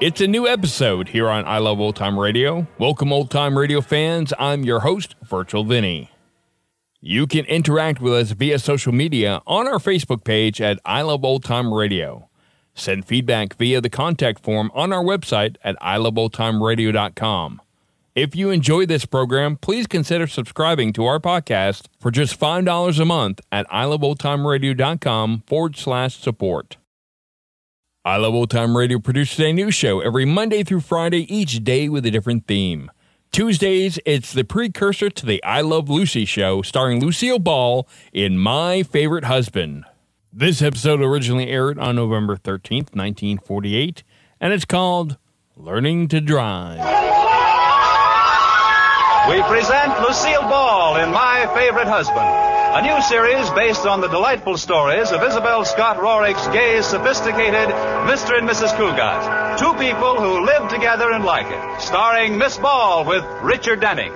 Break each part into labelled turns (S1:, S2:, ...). S1: It's a new episode here on I Love Old Time Radio. Welcome, old time radio fans. I'm your host, Virtual Vinny. You can interact with us via social media on our Facebook page at I Love Old Time Radio. Send feedback via the contact form on our website at iloveoldtimeradio.com. If you enjoy this program, please consider subscribing to our podcast for just $5 a month at iloveoldtimeradio.com forward slash support. I Love Old Time Radio produces a new show every Monday through Friday, each day with a different theme. Tuesdays, it's the precursor to the I Love Lucy show, starring Lucille Ball in My Favorite Husband. This episode originally aired on November 13th, 1948, and it's called Learning to Drive.
S2: We present Lucille Ball in My Favorite Husband, a new series based on the delightful stories of Isabel Scott Rorick's gay, sophisticated Mr. and Mrs. Cougat, two people who live together and like it, starring Miss Ball with Richard Denning.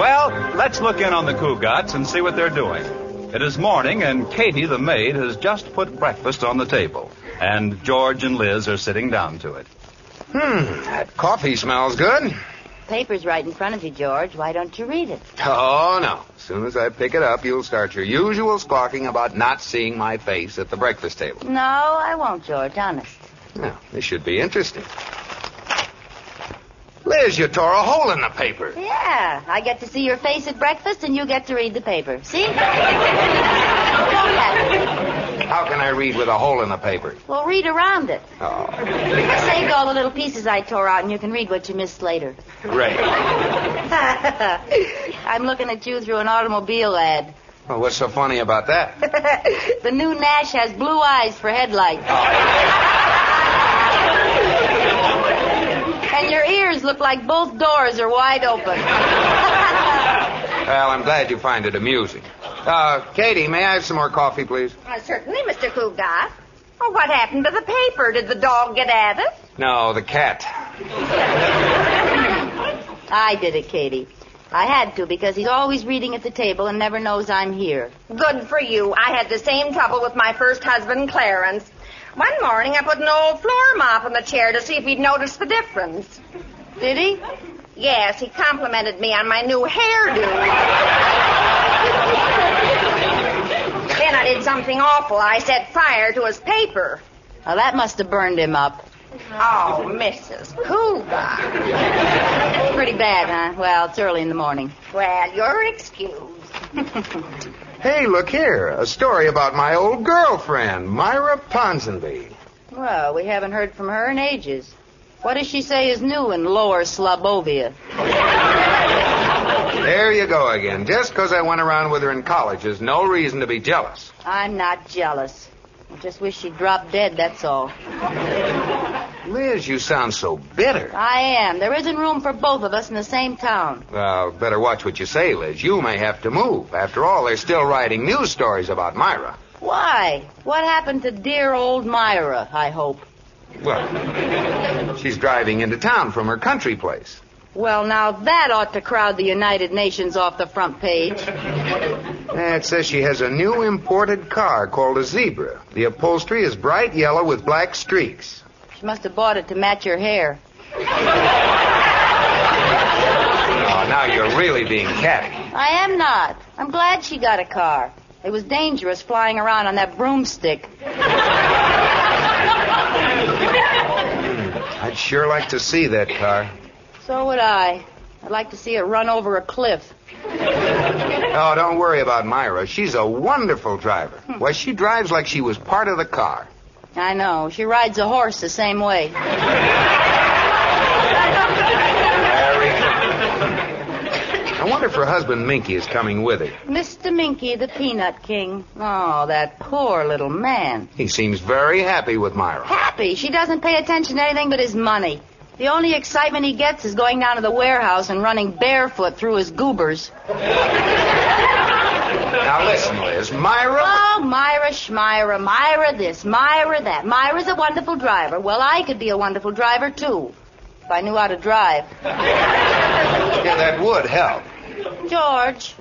S2: Well, let's look in on the Cougats and see what they're doing. It is morning, and Katie, the maid, has just put breakfast on the table, and George and Liz are sitting down to it.
S3: Hmm, That coffee smells good.
S4: Paper's right in front of you, George. Why don't you read it?
S3: Oh, no. As soon as I pick it up, you'll start your usual squawking about not seeing my face at the breakfast table.
S4: No, I won't, George. Honest.
S3: Now, this should be interesting. Liz, you tore a hole in the paper.
S4: Yeah, I get to see your face at breakfast, and you get to read the paper. See? Don't have it.
S3: How can I read with a hole in the paper?
S4: well, read around it.
S3: Oh,
S4: I saved all the little pieces I tore out, and you can read what you missed later.
S3: great.
S4: I'm looking at you through an automobile ad.
S3: Well, what's so funny about that?
S4: The new Nash has blue eyes for headlights. and your ears look like both doors are wide open.
S3: Well, I'm glad you find it amusing. Uh, Katie, may I have some more coffee, please?
S5: Uh, certainly, Mr. Cougat. Well, what happened to the paper? Did the dog get at it?
S3: No, the cat.
S4: I did it, Katie. I had to because he's always reading at the table and never knows I'm here.
S5: Good for you. I had the same trouble with my first husband, Clarence. One morning, I put an old floor mop on the chair to see if he'd notice the difference.
S4: Did he?
S5: Yes, he complimented me on my new hairdo. then I did something awful. I set fire to his paper.
S4: Now that must have burned him up.
S5: Oh, Mrs. Cougar.
S4: Pretty bad, huh? Well, it's early in the morning.
S5: Well, you're excused.
S3: Hey, look here. A story about my old girlfriend, Myra Ponsonby.
S4: Well, we haven't heard from her in ages. What does she say is new in Lower Slobovia?
S3: There you go again. Just 'cause I went around with her in college is no reason to be jealous.
S4: I'm not jealous. I just wish she'd drop dead, that's all.
S3: Liz, you sound so bitter.
S4: I am. There isn't room for both of us in the same town.
S3: Well, better watch what you say, Liz. You may have to move. After all, they're still writing news stories about Myra.
S4: Why? What happened to dear old Myra, I hope?
S3: Well, she's driving into town from her country place.
S4: Well, now that ought to crowd the United Nations off the front page.
S3: Uh, It says she has a new imported car called a Zebra. The upholstery is bright yellow with black streaks.
S4: She must have bought it to match her hair.
S3: Oh, now you're really being catty.
S4: I am not. I'm glad she got a car. It was dangerous flying around on that broomstick.
S3: I'd sure like to see that car.
S4: So would I. I'd like to see it run over a cliff.
S3: Oh, don't worry about Myra. She's a wonderful driver. Why, she drives like she was part of the car.
S4: I know. She rides a horse the same way.
S3: Very good. husband Minky is coming with her.
S4: Mr. Minky, the Peanut King. Oh, that poor little man.
S3: He seems very happy with Myra.
S4: Happy. She doesn't pay attention to anything but his money. The only excitement he gets is going down to the warehouse and running barefoot through his goobers.
S3: Now listen, Liz. Myra.
S4: Oh, Myra, Shmyra, Myra this, Myra that. Myra's a wonderful driver. Well, I could be a wonderful driver, too. If I knew how to drive.
S3: Yeah, that would help.
S4: George,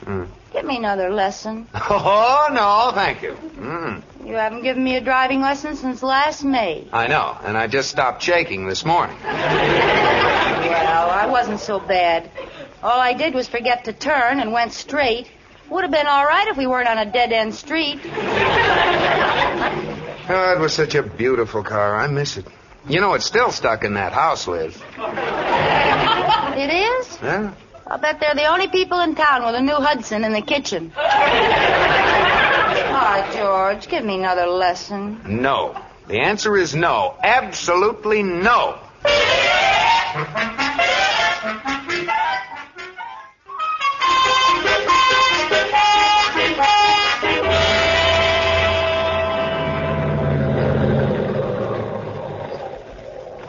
S4: give me another lesson.
S3: Oh, no, thank you. Mm,
S4: You haven't given me a driving lesson since last May.
S3: I know, and I just stopped shaking this morning.
S4: Well, I wasn't so bad. All I did was forget to turn and went straight. Would have been all right if we weren't on a dead end street.
S3: Oh, it was such a beautiful car. I miss it. You know, it's still stuck in that house, Liz.
S4: It is?
S3: Huh?
S4: I'll bet they're the only people in town with a new Hudson in the kitchen. Ah, George, give me another lesson.
S3: No. The answer is no. Absolutely no.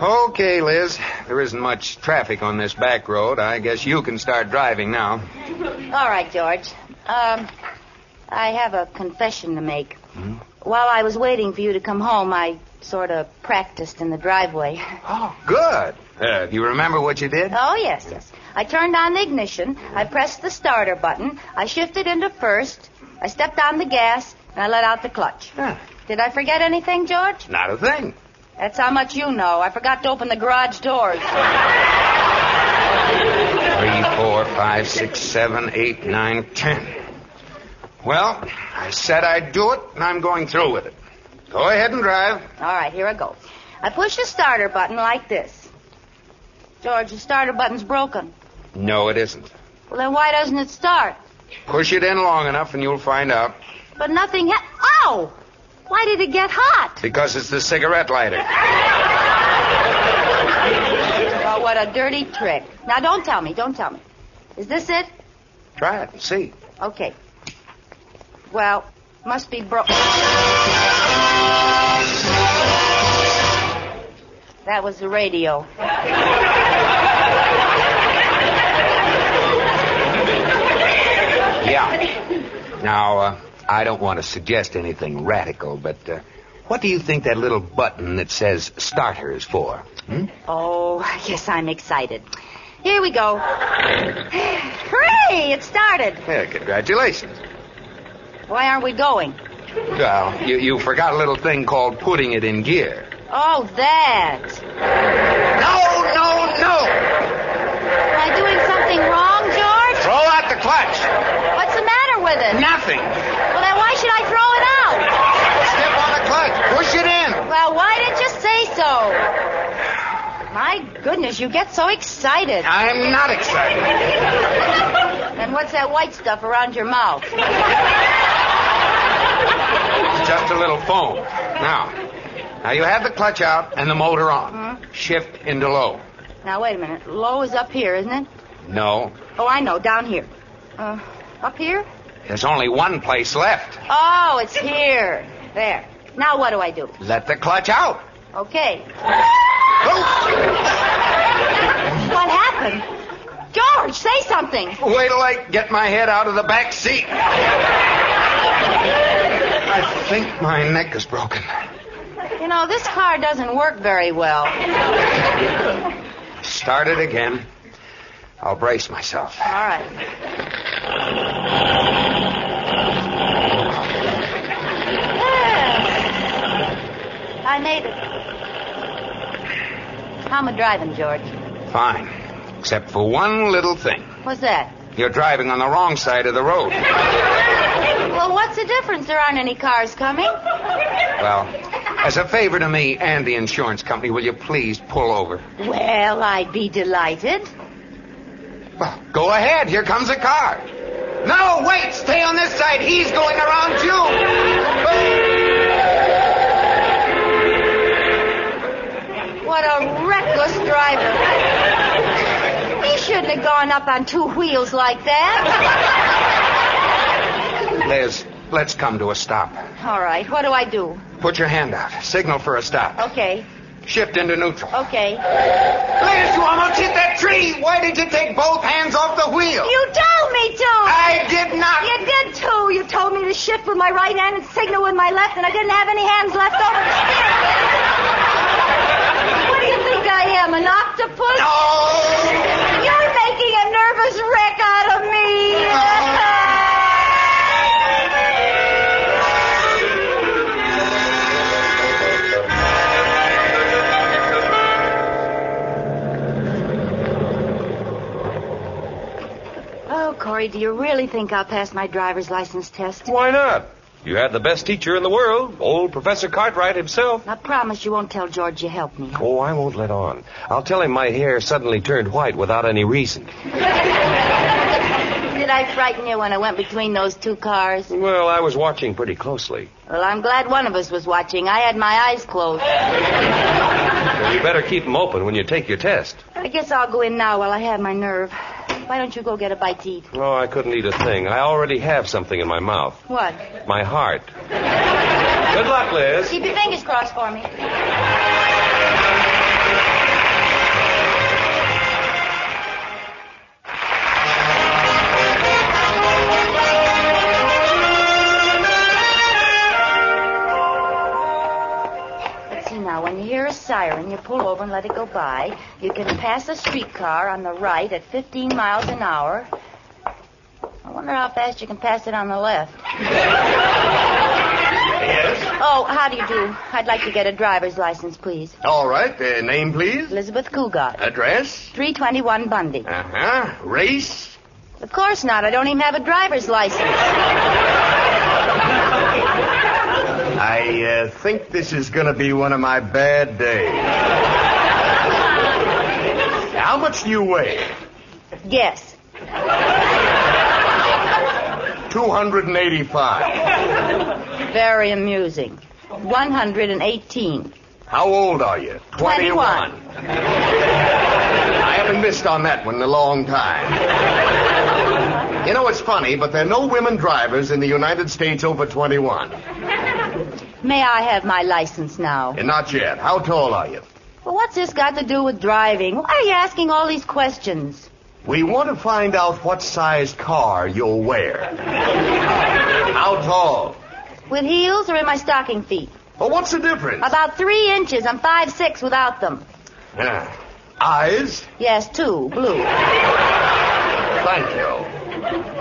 S3: Okay, Liz. There isn't much traffic on this back road. I guess you can start driving now.
S4: All right, George. Um, I have a confession to make. While I was waiting for you to come home, I sort of practiced in the driveway.
S3: Oh, good. Uh, do you remember what you did?
S4: Oh, yes, yes. I turned on the ignition. I pressed the starter button. I shifted into first. I stepped on the gas, and I let out the clutch.
S3: Huh.
S4: Did I forget anything, George?
S3: Not a thing.
S4: That's how much you know. I forgot to open the garage doors.
S3: Three, four, five, six, seven, eight, nine, ten. Well, I said I'd do it, and I'm going through with it. Go ahead and drive.
S4: All right, here I go. I push the starter button like this. George, the starter button's broken.
S3: No, it isn't.
S4: Well, then why doesn't it start?
S3: Push it in long enough, and you'll find out.
S4: But nothing yet. Oh! Why did it get hot?
S3: Because it's the cigarette lighter.
S4: Oh, what a dirty trick. Now, don't tell me. Don't tell me. Is this it?
S3: Try it and see.
S4: Okay. Well, must be broke. That was the radio.
S3: Yeah. Now, uh, I don't want to suggest anything radical, but uh, what do you think that little button that says starter is for? Hmm?
S4: Oh, yes, I'm excited. Here we go. Hooray! It started.
S3: Yeah, congratulations.
S4: Why aren't we going?
S3: Well, you, you forgot a little thing called putting it in gear.
S4: Oh, that.
S3: No, no, no!
S4: Am I doing something wrong, George?
S3: Throw out the clutch!
S4: What's the matter with it?
S3: Nothing!
S4: Well, then why should I throw it out?
S3: Step on the clutch! Push it in!
S4: Well, why didn't you say so? My goodness, you get so excited.
S3: I'm not excited.
S4: And what's that white stuff around your mouth?
S3: It's Just a little foam. Now, now you have the clutch out and the motor on. Shift into low.
S4: Now, wait a minute. Low is up here, isn't it?
S3: No,
S4: Oh, I know, down here. Uh, up here?
S3: there's only one place left.
S4: Oh, it's here. There. Now, what do I do?
S3: Let the clutch out.
S4: Okay.
S3: Oh,
S4: What happened? George, say something.
S3: wait till I get my head out of the back seat. I think my neck is broken.
S4: You know, this car doesn't work very well. All
S3: Start it again. I'll brace myself.
S4: right. Yes. I made it. How am I driving, George?
S3: Fine. Except for one little thing.
S4: What's that?
S3: You're driving on the wrong side of the road.
S4: Well, what's the difference? There aren't any cars coming.
S3: Well, as a favor to me and the insurance company, will you please pull over?
S4: Well, I'd be delighted.
S3: Well, go ahead. Here comes a car. No, wait. Stay on this side. He's going around you.
S4: What a reckless driver. He shouldn't have gone drawn up on two wheels like that?
S3: Liz, let's come to a stop.
S4: All right, what do I do?
S3: Put your hand out. Signal for a stop.
S4: Okay,
S3: Shift into neutral.
S4: okay.
S3: Liz, you almost hit that tree. Why did you take both hands off the wheel?
S4: You told me to!
S3: I did not.
S4: You did too! You told me to shift with my right hand and signal with my left, and I didn't have any hands left over to steer. what do you think I am, an octopus?
S3: No!
S4: You're making a nervous wreck out of me! Oh, Corey, do you really think I'll pass my driver's license test?
S2: Why not? You had the best teacher in the world, old Professor Cartwright himself.
S4: I promise you won't tell George you helped me.
S2: Oh, I won't let on. I'll tell him my hair suddenly turned white without any reason.
S4: Did I frighten you when I went between those two cars?
S2: Well, I was watching pretty closely.
S4: Well, I'm glad one of us was watching. I had my eyes closed.
S2: Well, you better keep them open when you take your test.
S4: I guess I'll go in now while I have my nerve. Why don't you go get a bite to eat?
S2: Oh, I couldn't eat a thing. I already have something in my mouth.
S4: What?
S2: My heart. Good luck, Liz.
S4: Keep your fingers crossed for me. Let's see Now, when you hear a siren, you pull over and let it go by. You can pass a streetcar on the right at 15 miles an hour. I wonder how fast you can pass it on the left.
S3: Yes?
S4: Oh, how do you do? I'd like to get a driver's license, please.
S3: All right. Uh, name, please.
S4: Elizabeth Cougat,
S3: Address?
S4: 321 Bundy.
S3: Uh huh. Race?
S4: Of course not. I don't even have a driver's license.
S3: I uh, think this is going to be one of my bad days. How much do you weigh?
S4: Guess.
S3: 285.
S4: Very amusing. 118.
S3: How old are you?
S4: 21.
S3: I haven't missed on that one in a long time. You know, it's funny, but there are no women drivers in the United States over 21.
S4: May I have my license now?
S3: And not yet. How tall are you?
S4: Well, what's this got to do with driving? Why are you asking all these questions?
S3: We want to find out what size car you'll wear. How tall?
S4: With heels or in my stocking feet?
S3: Well, what's the difference?
S4: About three inches. I'm five six without them.
S3: Yeah. Ah. Eyes?
S4: Yes, two, blue
S3: Thank you.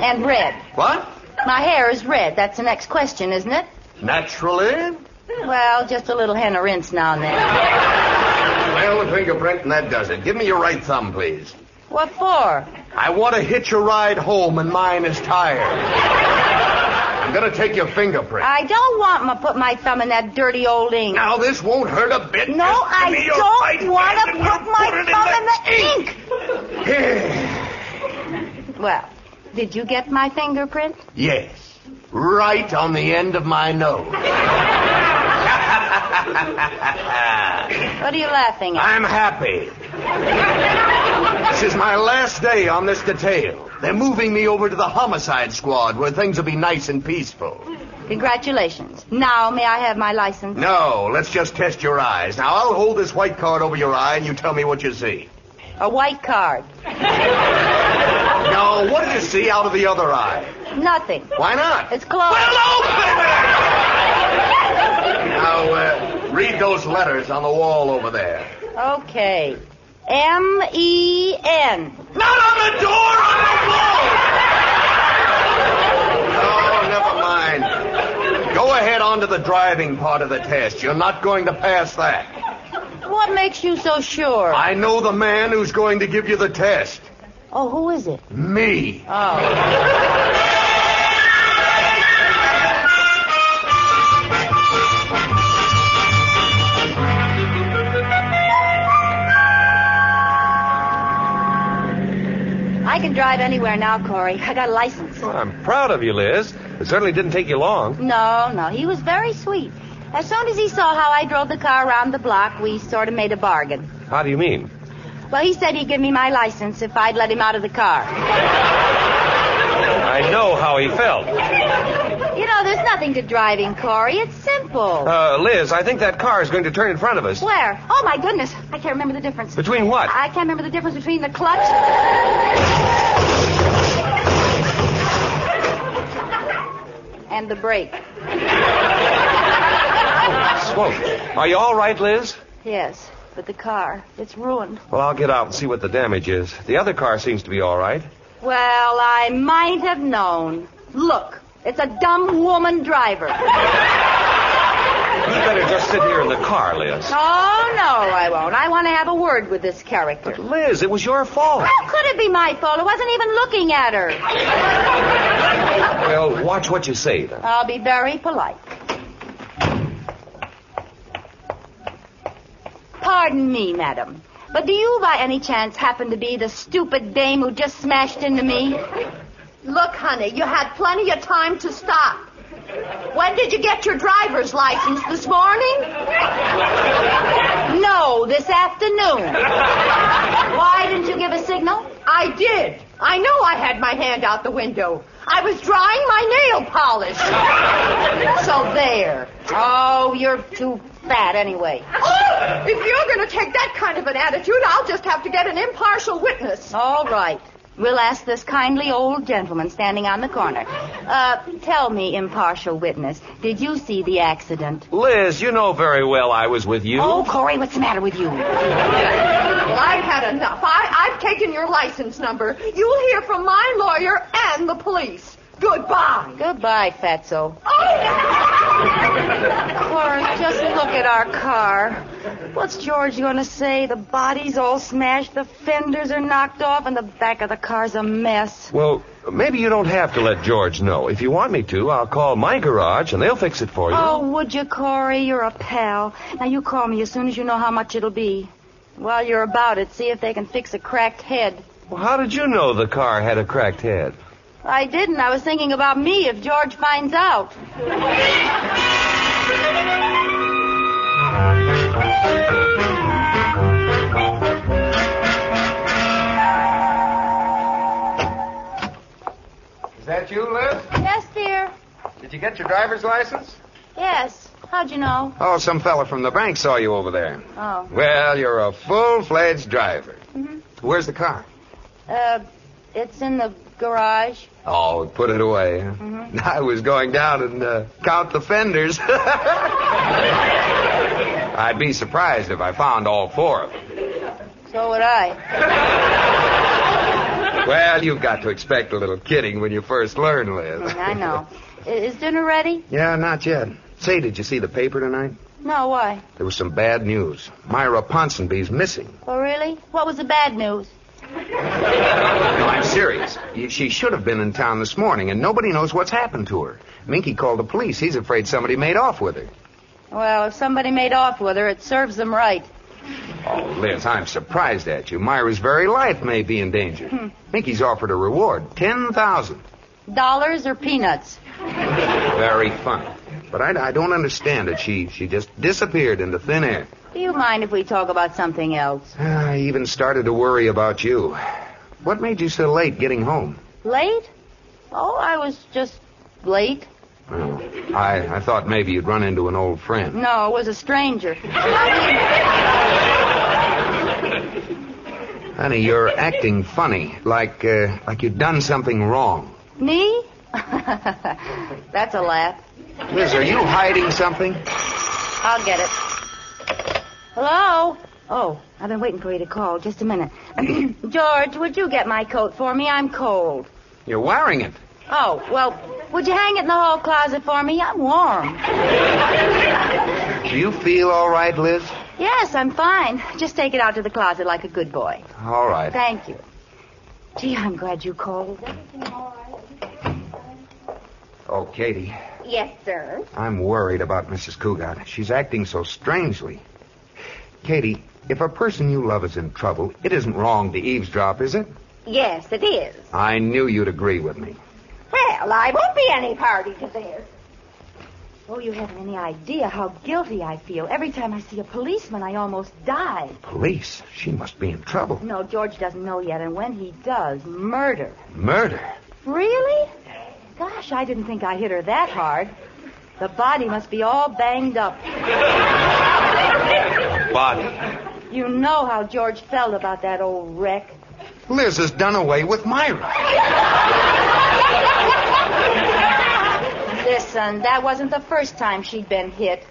S4: and red.
S3: What?
S4: My hair is red. That's the next question, isn't it?
S3: Naturally?
S4: Well, just a little henna rinse now and then.
S3: Well, the fingerprint, and that does it. Give me your right thumb, please.
S4: What for?
S3: I want to hitch a ride home, and mine is tired. I'm going to take your fingerprint.
S4: I don't want to put my thumb in that dirty old ink.
S3: Now, this won't hurt a bit.
S4: No,
S3: Just give
S4: I
S3: me your right
S4: don't want to
S3: hand,
S4: put
S3: and we'll
S4: my thumb in the
S3: it
S4: ink.
S3: Here.
S4: Well, did you get my fingerprint?
S3: Yes. Right on the end of my nose.
S4: What are you laughing at?
S3: I'm happy. this is my last day on this detail. They're moving me over to the homicide squad where things will be nice and peaceful.
S4: Congratulations. Now, may I have my license?
S3: No, let's just test your eyes. Now, I'll hold this white card over your eye and you tell me what you see.
S4: A white card.
S3: No, what did you see out of the other eye?
S4: Nothing.
S3: Why not?
S4: It's closed.
S3: Well, open it! Now, uh, read those letters on the wall over there.
S4: Okay. M E N.
S3: Not on the door, on the wall! Oh, never Oh, mind. Go ahead on to the driving part of the test. You're not going to pass that.
S4: What makes you so sure?
S3: I know the man who's going to give you the test.
S4: Oh, who is it?
S3: Me.
S4: Oh. I can drive anywhere now, Corey. I got a license.
S2: Well, I'm proud of you, Liz. It certainly didn't take you long.
S4: No, no, he was very sweet. As soon as he saw how I drove the car around the block, we sort of made a bargain.
S2: How do you mean?
S4: Well, he said he'd give me my license if I'd let him out of the car.
S2: I know how he felt.
S4: You know, there's nothing to driving, Corey. It's simple.
S2: Uh, Liz, I think that car is going to turn in front of us.
S4: Where? Oh, my goodness. I can't remember the difference.
S2: Between what?
S4: I can't remember the difference between the clutch. And the brake.
S2: Smoke. Are you all right, Liz?
S4: Yes, but the car, it's ruined.
S2: Well, I'll get out and see what the damage is. The other car seems to be all right.
S4: Well, I might have known. Look, it's a dumb woman driver.
S2: You better just sit here in the car, Liz.
S4: Oh, no, I won't. I want to have a word with this character.
S2: Liz, it was your fault.
S4: How could it be my fault? I wasn't even looking at her.
S2: Well, watch what you say then.
S4: I'll be very polite. Pardon me, madam, but do you by any chance happen to be the stupid dame who just smashed into me?
S5: Look, honey, you had plenty of time to stop. When did you get your driver's license this morning?
S4: No, this afternoon. Why didn't you give a signal?
S5: I did. I know I had my hand out the window. I was drying my nail polish.
S4: So there. Oh, you're too fat anyway.
S5: Oh, if you're going to take that kind of an attitude, I'll just have to get an impartial witness.
S4: All right. We'll ask this kindly old gentleman standing on the corner. Uh, tell me, impartial witness, did you see the accident?
S2: Liz, you know very well I was with you.
S4: Oh, Corey, what's the matter with you?
S5: Well, I've had enough. I, I've taken your license number. You'll hear from my lawyer and the police. Goodbye.
S4: Goodbye, Fatso.
S5: Oh!
S4: Cora, just look at our car. What's George going to say? The body's all smashed, the fenders are knocked off, and the back of the car's a mess.
S2: Well, maybe you don't have to let George know. If you want me to, I'll call my garage and they'll fix it for you.
S4: Oh, would you, Corey? You're a pal. Now, you call me as soon as you know how much it'll be. While you're about it, see if they can fix a cracked head.
S2: Well, how did you know the car had a cracked head?
S4: I didn't. I was thinking about me if George finds out.
S3: Is that you, Liz?
S4: Yes, dear.
S3: Did you get your driver's license?
S4: Yes. How'd you know?
S3: Oh, some fella from the bank saw you over there.
S4: Oh.
S3: Well, you're a full-fledged driver. Where's the car?
S4: Uh, it's in the garage.
S3: Oh, put it away. huh? I was going down and uh, count the fenders. I'd be surprised if I found all four of them.
S4: So would I.
S3: Well, you've got to expect a little kidding when you first learn, Liz.
S4: I know. I- Is dinner ready?
S3: yeah, not yet. Say, did you see the paper tonight?
S4: No, why?
S3: There was some bad news. Myra Ponsonby's missing.
S4: Oh, really? What was the bad news?
S3: No, I'm serious. You- She should have been in town this morning, and nobody knows what's happened to her. Minky called the police. He's afraid somebody made off with her.
S4: Well, if somebody made off with her, it serves them right.
S3: Oh, Liz, I'm surprised at you. Myra's very life may be in danger. Minky's offered a reward, ten thousand.
S4: Dollars or peanuts?
S3: Very funny. But I, I don't understand it. She she just disappeared into thin air.
S4: Do you mind if we talk about something else?
S3: I even started to worry about you. What made you so late getting home?
S4: Late? Oh, I was just late.
S3: Well, I, I thought maybe you'd run into an old friend.
S4: No, it was a stranger.
S3: Honey, you're acting funny, like uh, like you've done something wrong.
S4: Me? That's a laugh.
S3: Liz, are you hiding something?
S4: I'll get it. Hello? Oh, I've been waiting for you to call. Just a minute. George, would you get my coat for me? I'm cold.
S3: You're wearing it.
S4: Oh, well, would you hang it in the hall closet for me? I'm warm.
S3: Do you feel all right, Liz?
S4: Yes, I'm fine. Just take it out to the closet like a good boy.
S3: All right.
S4: Thank you. Gee, I'm glad you called.
S3: Oh, Katie,
S5: Yes, sir.
S3: I'm worried about Mrs. Cougat. She's acting so strangely. Katie, if a person you love is in trouble, it isn't wrong to eavesdrop, is it?
S5: Yes, it is.
S3: I knew you'd agree with me.
S5: Well, I won't be any party to this.
S4: Oh, you haven't any idea how guilty I feel. Every time I see a policeman, I almost die.
S3: Police? She must be in trouble.
S4: No, George doesn't know yet, and when he does, murder.
S3: Murder?
S4: Really? Gosh, I didn't think I hit her that hard. The body must be all banged up.
S3: Body.
S4: You know how George felt about that old wreck.
S3: Liz has done away with Myra.
S4: Listen, that wasn't the first time she'd been hit.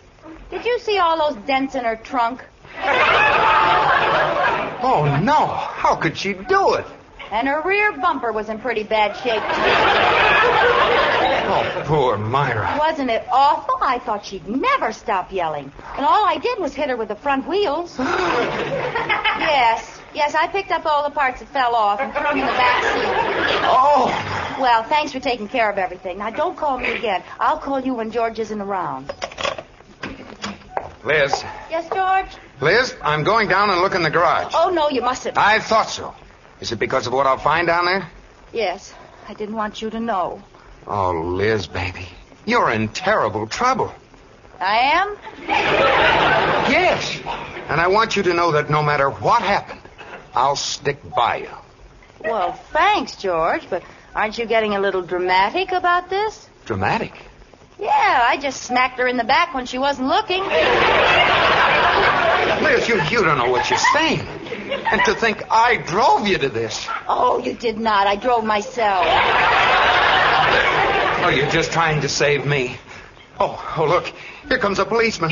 S4: Did you see all those dents in her trunk?
S3: Oh, no. How could she do it?
S4: And her rear bumper was in pretty bad shape.
S3: Oh, poor Myra.
S4: Wasn't it awful? I thought she'd never stop yelling. And all I did was hit her with the front wheels. yes, yes, I picked up all the parts that fell off and threw them in the back seat.
S3: Oh,
S4: Well, thanks for taking care of everything. Now, don't call me again. I'll call you when George isn't around.
S3: Liz.
S4: Yes, George?
S3: Liz, I'm going down and look in the garage.
S4: Oh, no, you mustn't.
S3: I thought so. Is it because of what I'll find down there?
S4: Yes, I didn't want you to know.
S3: Oh, Liz, baby. You're in terrible trouble.
S4: I am?
S3: Yes. And I want you to know that no matter what happened, I'll stick by you.
S4: Well, thanks, George, but aren't you getting a little dramatic about this?
S3: Dramatic.
S4: Yeah, I just smacked her in the back when she wasn't looking.
S3: Liz, you, you don't know what you're saying. And to think I drove you to this.
S4: Oh, you did not. I drove myself.
S3: Oh, you're just trying to save me. Oh, oh, look. Here comes a policeman.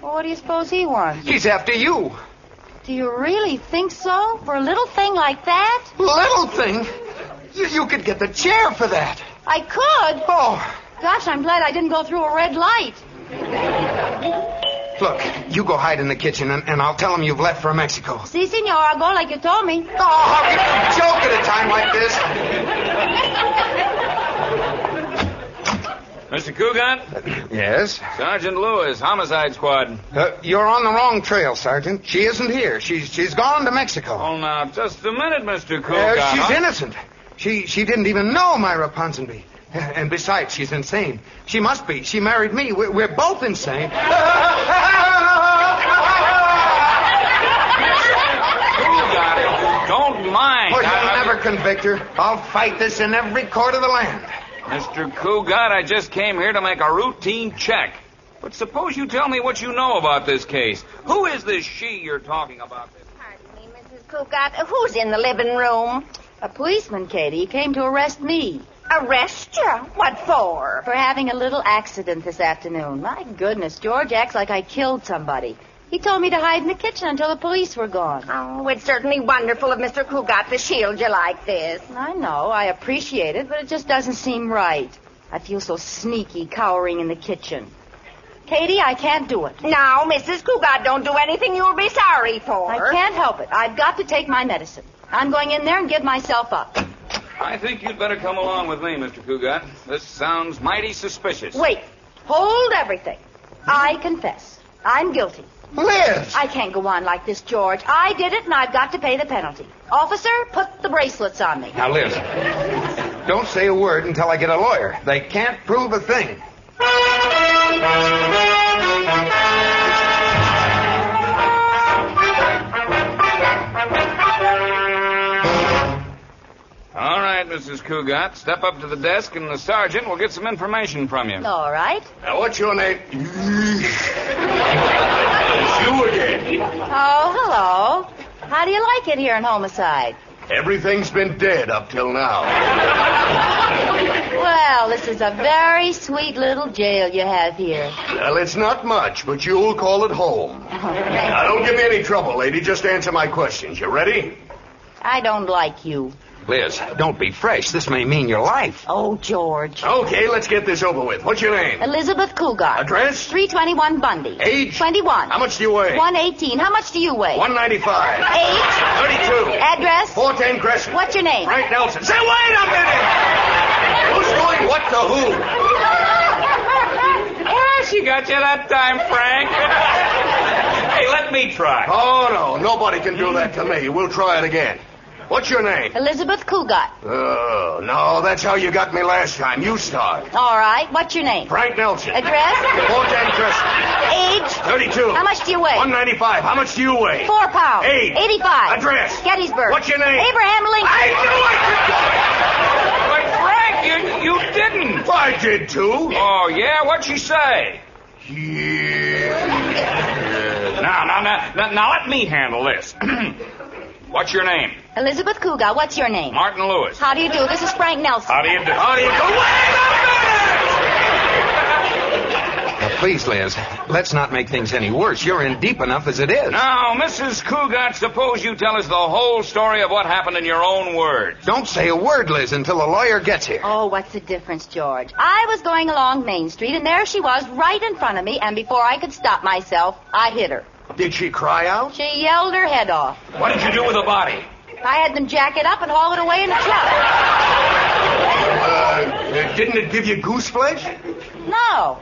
S4: Well, what do you suppose he wants?
S3: He's after you.
S4: Do you really think so? For a little thing like that?
S3: Little thing. You, you could get the chair for that.
S4: I could.
S3: Oh,
S4: Gosh, I'm glad I didn't go through a red light.
S3: look. You go hide in the kitchen, and, and I'll tell him you've left for Mexico.
S4: Si, senor, I'll go like you told me.
S3: Oh, how can you joke at a time like this?
S6: Mr. Coogan,
S3: Yes.
S6: Sergeant Lewis, Homicide Squad.
S3: Uh, you're on the wrong trail, Sergeant. She isn't here. She's she's gone to Mexico.
S6: Oh, now, just a minute, Mr. Coogan.
S3: Uh, she's
S6: huh?
S3: innocent. She she didn't even know Myra Ponsonby. And besides, she's insane. She must be. She married me. We're, we're both insane.
S6: Coogan, Don't mind.
S3: Well,
S6: I-
S3: you'll
S6: I-
S3: never convict her. I'll fight this in every court of the land.
S6: Mr. Coogan, I just came here to make a routine check. But suppose you tell me what you know about this case. Who is this she you're talking about?
S5: Pardon me, Mrs. Cookott. Oh, Who's in the living room?
S4: A policeman, Katie, he came to arrest me
S5: Arrest you? What for?
S4: for having a little accident this afternoon. My goodness, George acts like I killed somebody. He told me to hide in the kitchen until the police were gone.
S5: Oh, it's certainly wonderful of Mr. Cookott to shield you like this.
S4: I know, I appreciate it, but it just doesn't seem right. I feel so sneaky cowering in the kitchen. Katie, I can't do it.
S5: Now, Mrs. Cookott, don't do anything you'll be sorry for.
S4: I can't help it. I've got to take my medicine. I'm going in there and give myself up.
S6: I think you'd better come along with me, Mr. Coogan. This sounds mighty suspicious.
S4: Wait. Hold everything. I confess. I'm guilty.
S3: Liz!
S4: I can't go on like this, George. I did it, and I've got to pay the penalty. Officer, put the bracelets on me.
S3: Now, Liz, don't say a word until I get a lawyer. They can't prove a thing.
S6: All right, Mrs. Coogan, step up to the desk, and the sergeant will get some information from you.
S4: All right.
S3: Now, what's your name?
S4: Oh, hello. How do you like it here in Homicide?
S3: Everything's been dead up till now.
S4: Well, this is a very sweet little jail you have here.
S3: Well, it's not much, but you'll call it home. Now, don't give me any trouble, lady. Just answer my questions. You ready?
S4: I don't like you.
S3: Liz, don't be fresh. This may mean your life.
S4: Oh, George.
S3: Okay, let's get this over with. What's your name?
S4: Elizabeth Cougar.
S3: Address?
S4: 321 Bundy.
S3: Age?
S4: 21.
S3: How much do you weigh?
S4: 118. How much do you weigh?
S3: 195.
S4: Age?
S3: 32.
S4: Address?
S3: 410 Crescent.
S4: What's your name?
S3: Frank Nelson. Say, wait a minute! Who's doing what to who?
S6: Ah, she got you that time, Frank. hey, let me try.
S3: Oh, no. Nobody can do that to me. We'll try it again. What's your name?
S4: Elizabeth Cougat.
S2: Uh,
S3: Oh, no, that's how you got me last time. You start.
S4: All right. What's your name?
S3: Frank Nelson.
S4: Address?
S3: Botan Crescent.
S4: Age?
S3: 32.
S4: How much do you weigh?
S3: 195. How much do you weigh?
S4: Four pounds.
S3: Age.
S4: 85.
S3: Address.
S4: Gettysburg.
S3: What's your name?
S4: Abraham Lincoln.
S3: I knew
S6: But Frank, you, you didn't.
S3: I could do it. I did too.
S6: Oh, yeah? What'd she say?
S3: Yeah.
S6: Now, now, now, now, now let me handle this. What's your name?
S4: Elizabeth Cougat. What's your name?
S6: Martin Lewis.
S4: How do you do? This is Frank Nelson.
S6: How do you do? How do you do?
S3: Now, please, Liz, let's not make things any worse. You're in deep enough as it is.
S6: Now, Mrs. Cougat, suppose you tell us the whole story of what happened in your own words.
S3: Don't say a word, Liz, until the lawyer gets here.
S4: Oh, what's the difference, George? I was going along Main Street, and there she was right in front of me, and before I could stop myself, I hit her.
S3: Did she cry out?
S4: She yelled her head off.
S6: What did you do with the body?
S4: I had them jack it up and haul it away in a truck.
S3: Uh, didn't it give you goose flesh?
S4: No.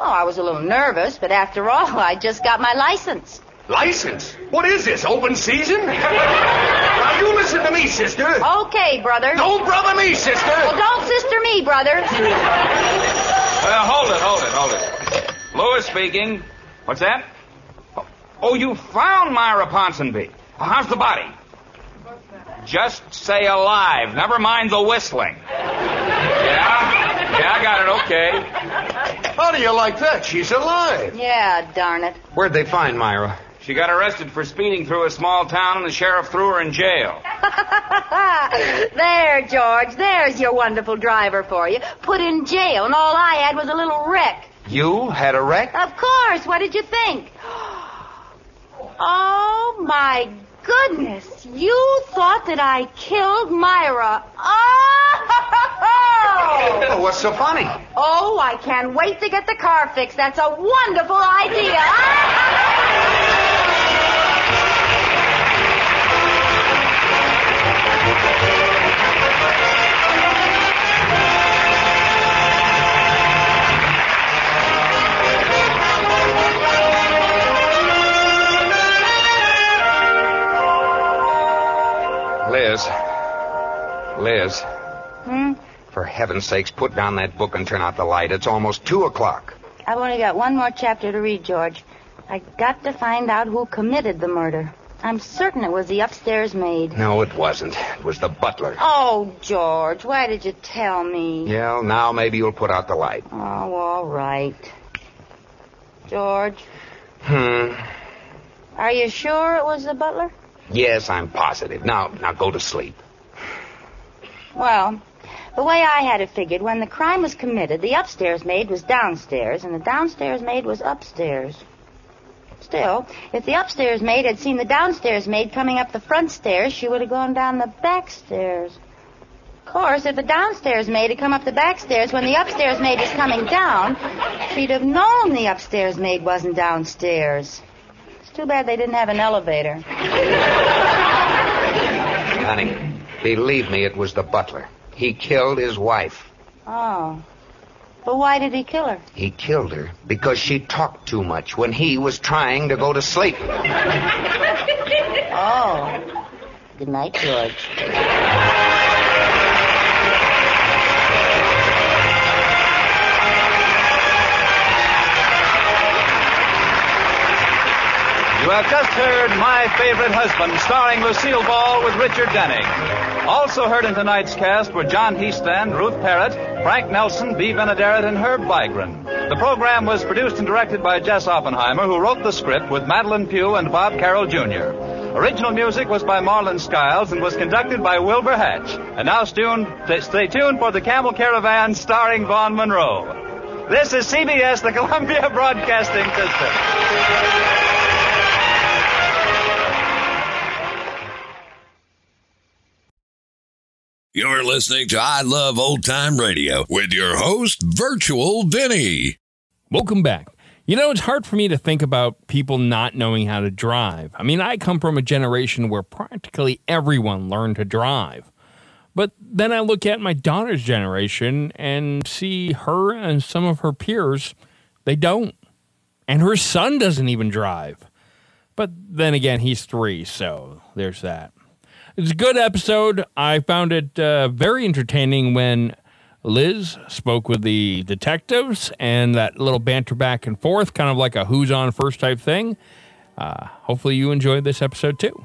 S4: Oh, I was a little nervous, but after all, I just got my license.
S3: License? What is this, open season? now, you listen to me, sister.
S4: Okay, brother.
S3: Don't Oh, brother me, sister.
S4: Well, don't sister me, brother.
S6: Uh, hold it, hold it, hold it. Lewis speaking. What's that? Oh, you found Myra Ponsonby. How's the body? Just say alive. Never mind the whistling. Yeah? Yeah, I got it. Okay.
S3: How do you like that? She's alive.
S4: Yeah, darn it.
S3: Where'd they find Myra?
S6: She got arrested for speeding through a small town, and the sheriff threw her in jail.
S4: Ah, there, George. There's your wonderful driver for you. Put in jail, and all I had was a little wreck.
S3: You had a wreck?
S4: Of course. What did you think? Oh, my goodness. You thought that I killed Myra. Oh!
S3: Oh, what's so funny?
S4: Oh, I can't wait to get the car fixed. That's a wonderful idea.
S3: Liz. Liz,
S4: Hmm?
S3: for heaven's sakes, put down that book and turn out the light. It's almost two o'clock.
S4: I've only got one more chapter to read, George. I got to find out who committed the murder. I'm certain it was the upstairs maid.
S3: No, it wasn't. It was the butler.
S4: Oh, George, why did you tell me?
S3: Yeah, well, now maybe you'll put out the light.
S4: Oh, all right. George,
S3: Hmm.
S4: are you sure it was the butler?
S3: Yes, I'm positive. Now, now go to sleep.
S4: Well, the way I had it figured, when the crime was committed, the upstairs maid was downstairs, and the downstairs maid was upstairs. Still, if the upstairs maid had seen the downstairs maid coming up the front stairs, she would have gone down the back stairs. Of course, if the downstairs maid had come up the back stairs when the upstairs maid was coming down, she'd have known the upstairs maid wasn't downstairs. It's too bad they didn't have an elevator.
S3: Honey, believe me, it was the butler. He killed his wife.
S4: Oh. But why did he kill her?
S3: He killed her because she talked too much when he was trying to go to sleep.
S4: Oh. Good night, George.
S2: You have just heard My Favorite Husband, starring Lucille Ball with Richard Denning. Also heard in tonight's cast were John Heaston, Ruth Parrott, Frank Nelson, Bee Benaderet, and Herb Vigran. The program was produced and directed by Jess Oppenheimer, who wrote the script with Madeline Pugh and Bob Carroll Jr. Original music was by Marlon Skiles and was conducted by Wilbur Hatch. And now stun- t- stay tuned for The Camel Caravan, starring Vaughn Monroe. This is CBS, the Columbia Broadcasting System.
S7: You're listening to I Love Old Time Radio with your host, Virtual Vinny.
S1: Welcome back. You know, it's hard for me to think about people not knowing how to drive. I mean, I come from a generation where practically everyone learned to drive. But then I look at my daughter's generation and see her and some of her peers, they don't. And her son doesn't even drive. But then again, he's three, so there's that. It's a good episode. I found it uh, very entertaining when Liz spoke with the detectives and that little banter back and forth, kind of like a who's on first type thing. Uh, hopefully, you enjoyed this episode too.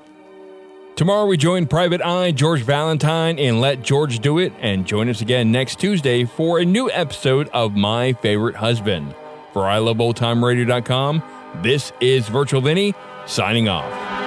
S1: Tomorrow we join Private Eye George Valentine and Let George Do It, and join us again next Tuesday for a new episode of My Favorite Husband. For iloveoldtimeradio.com, this is Virtual Vinny signing off.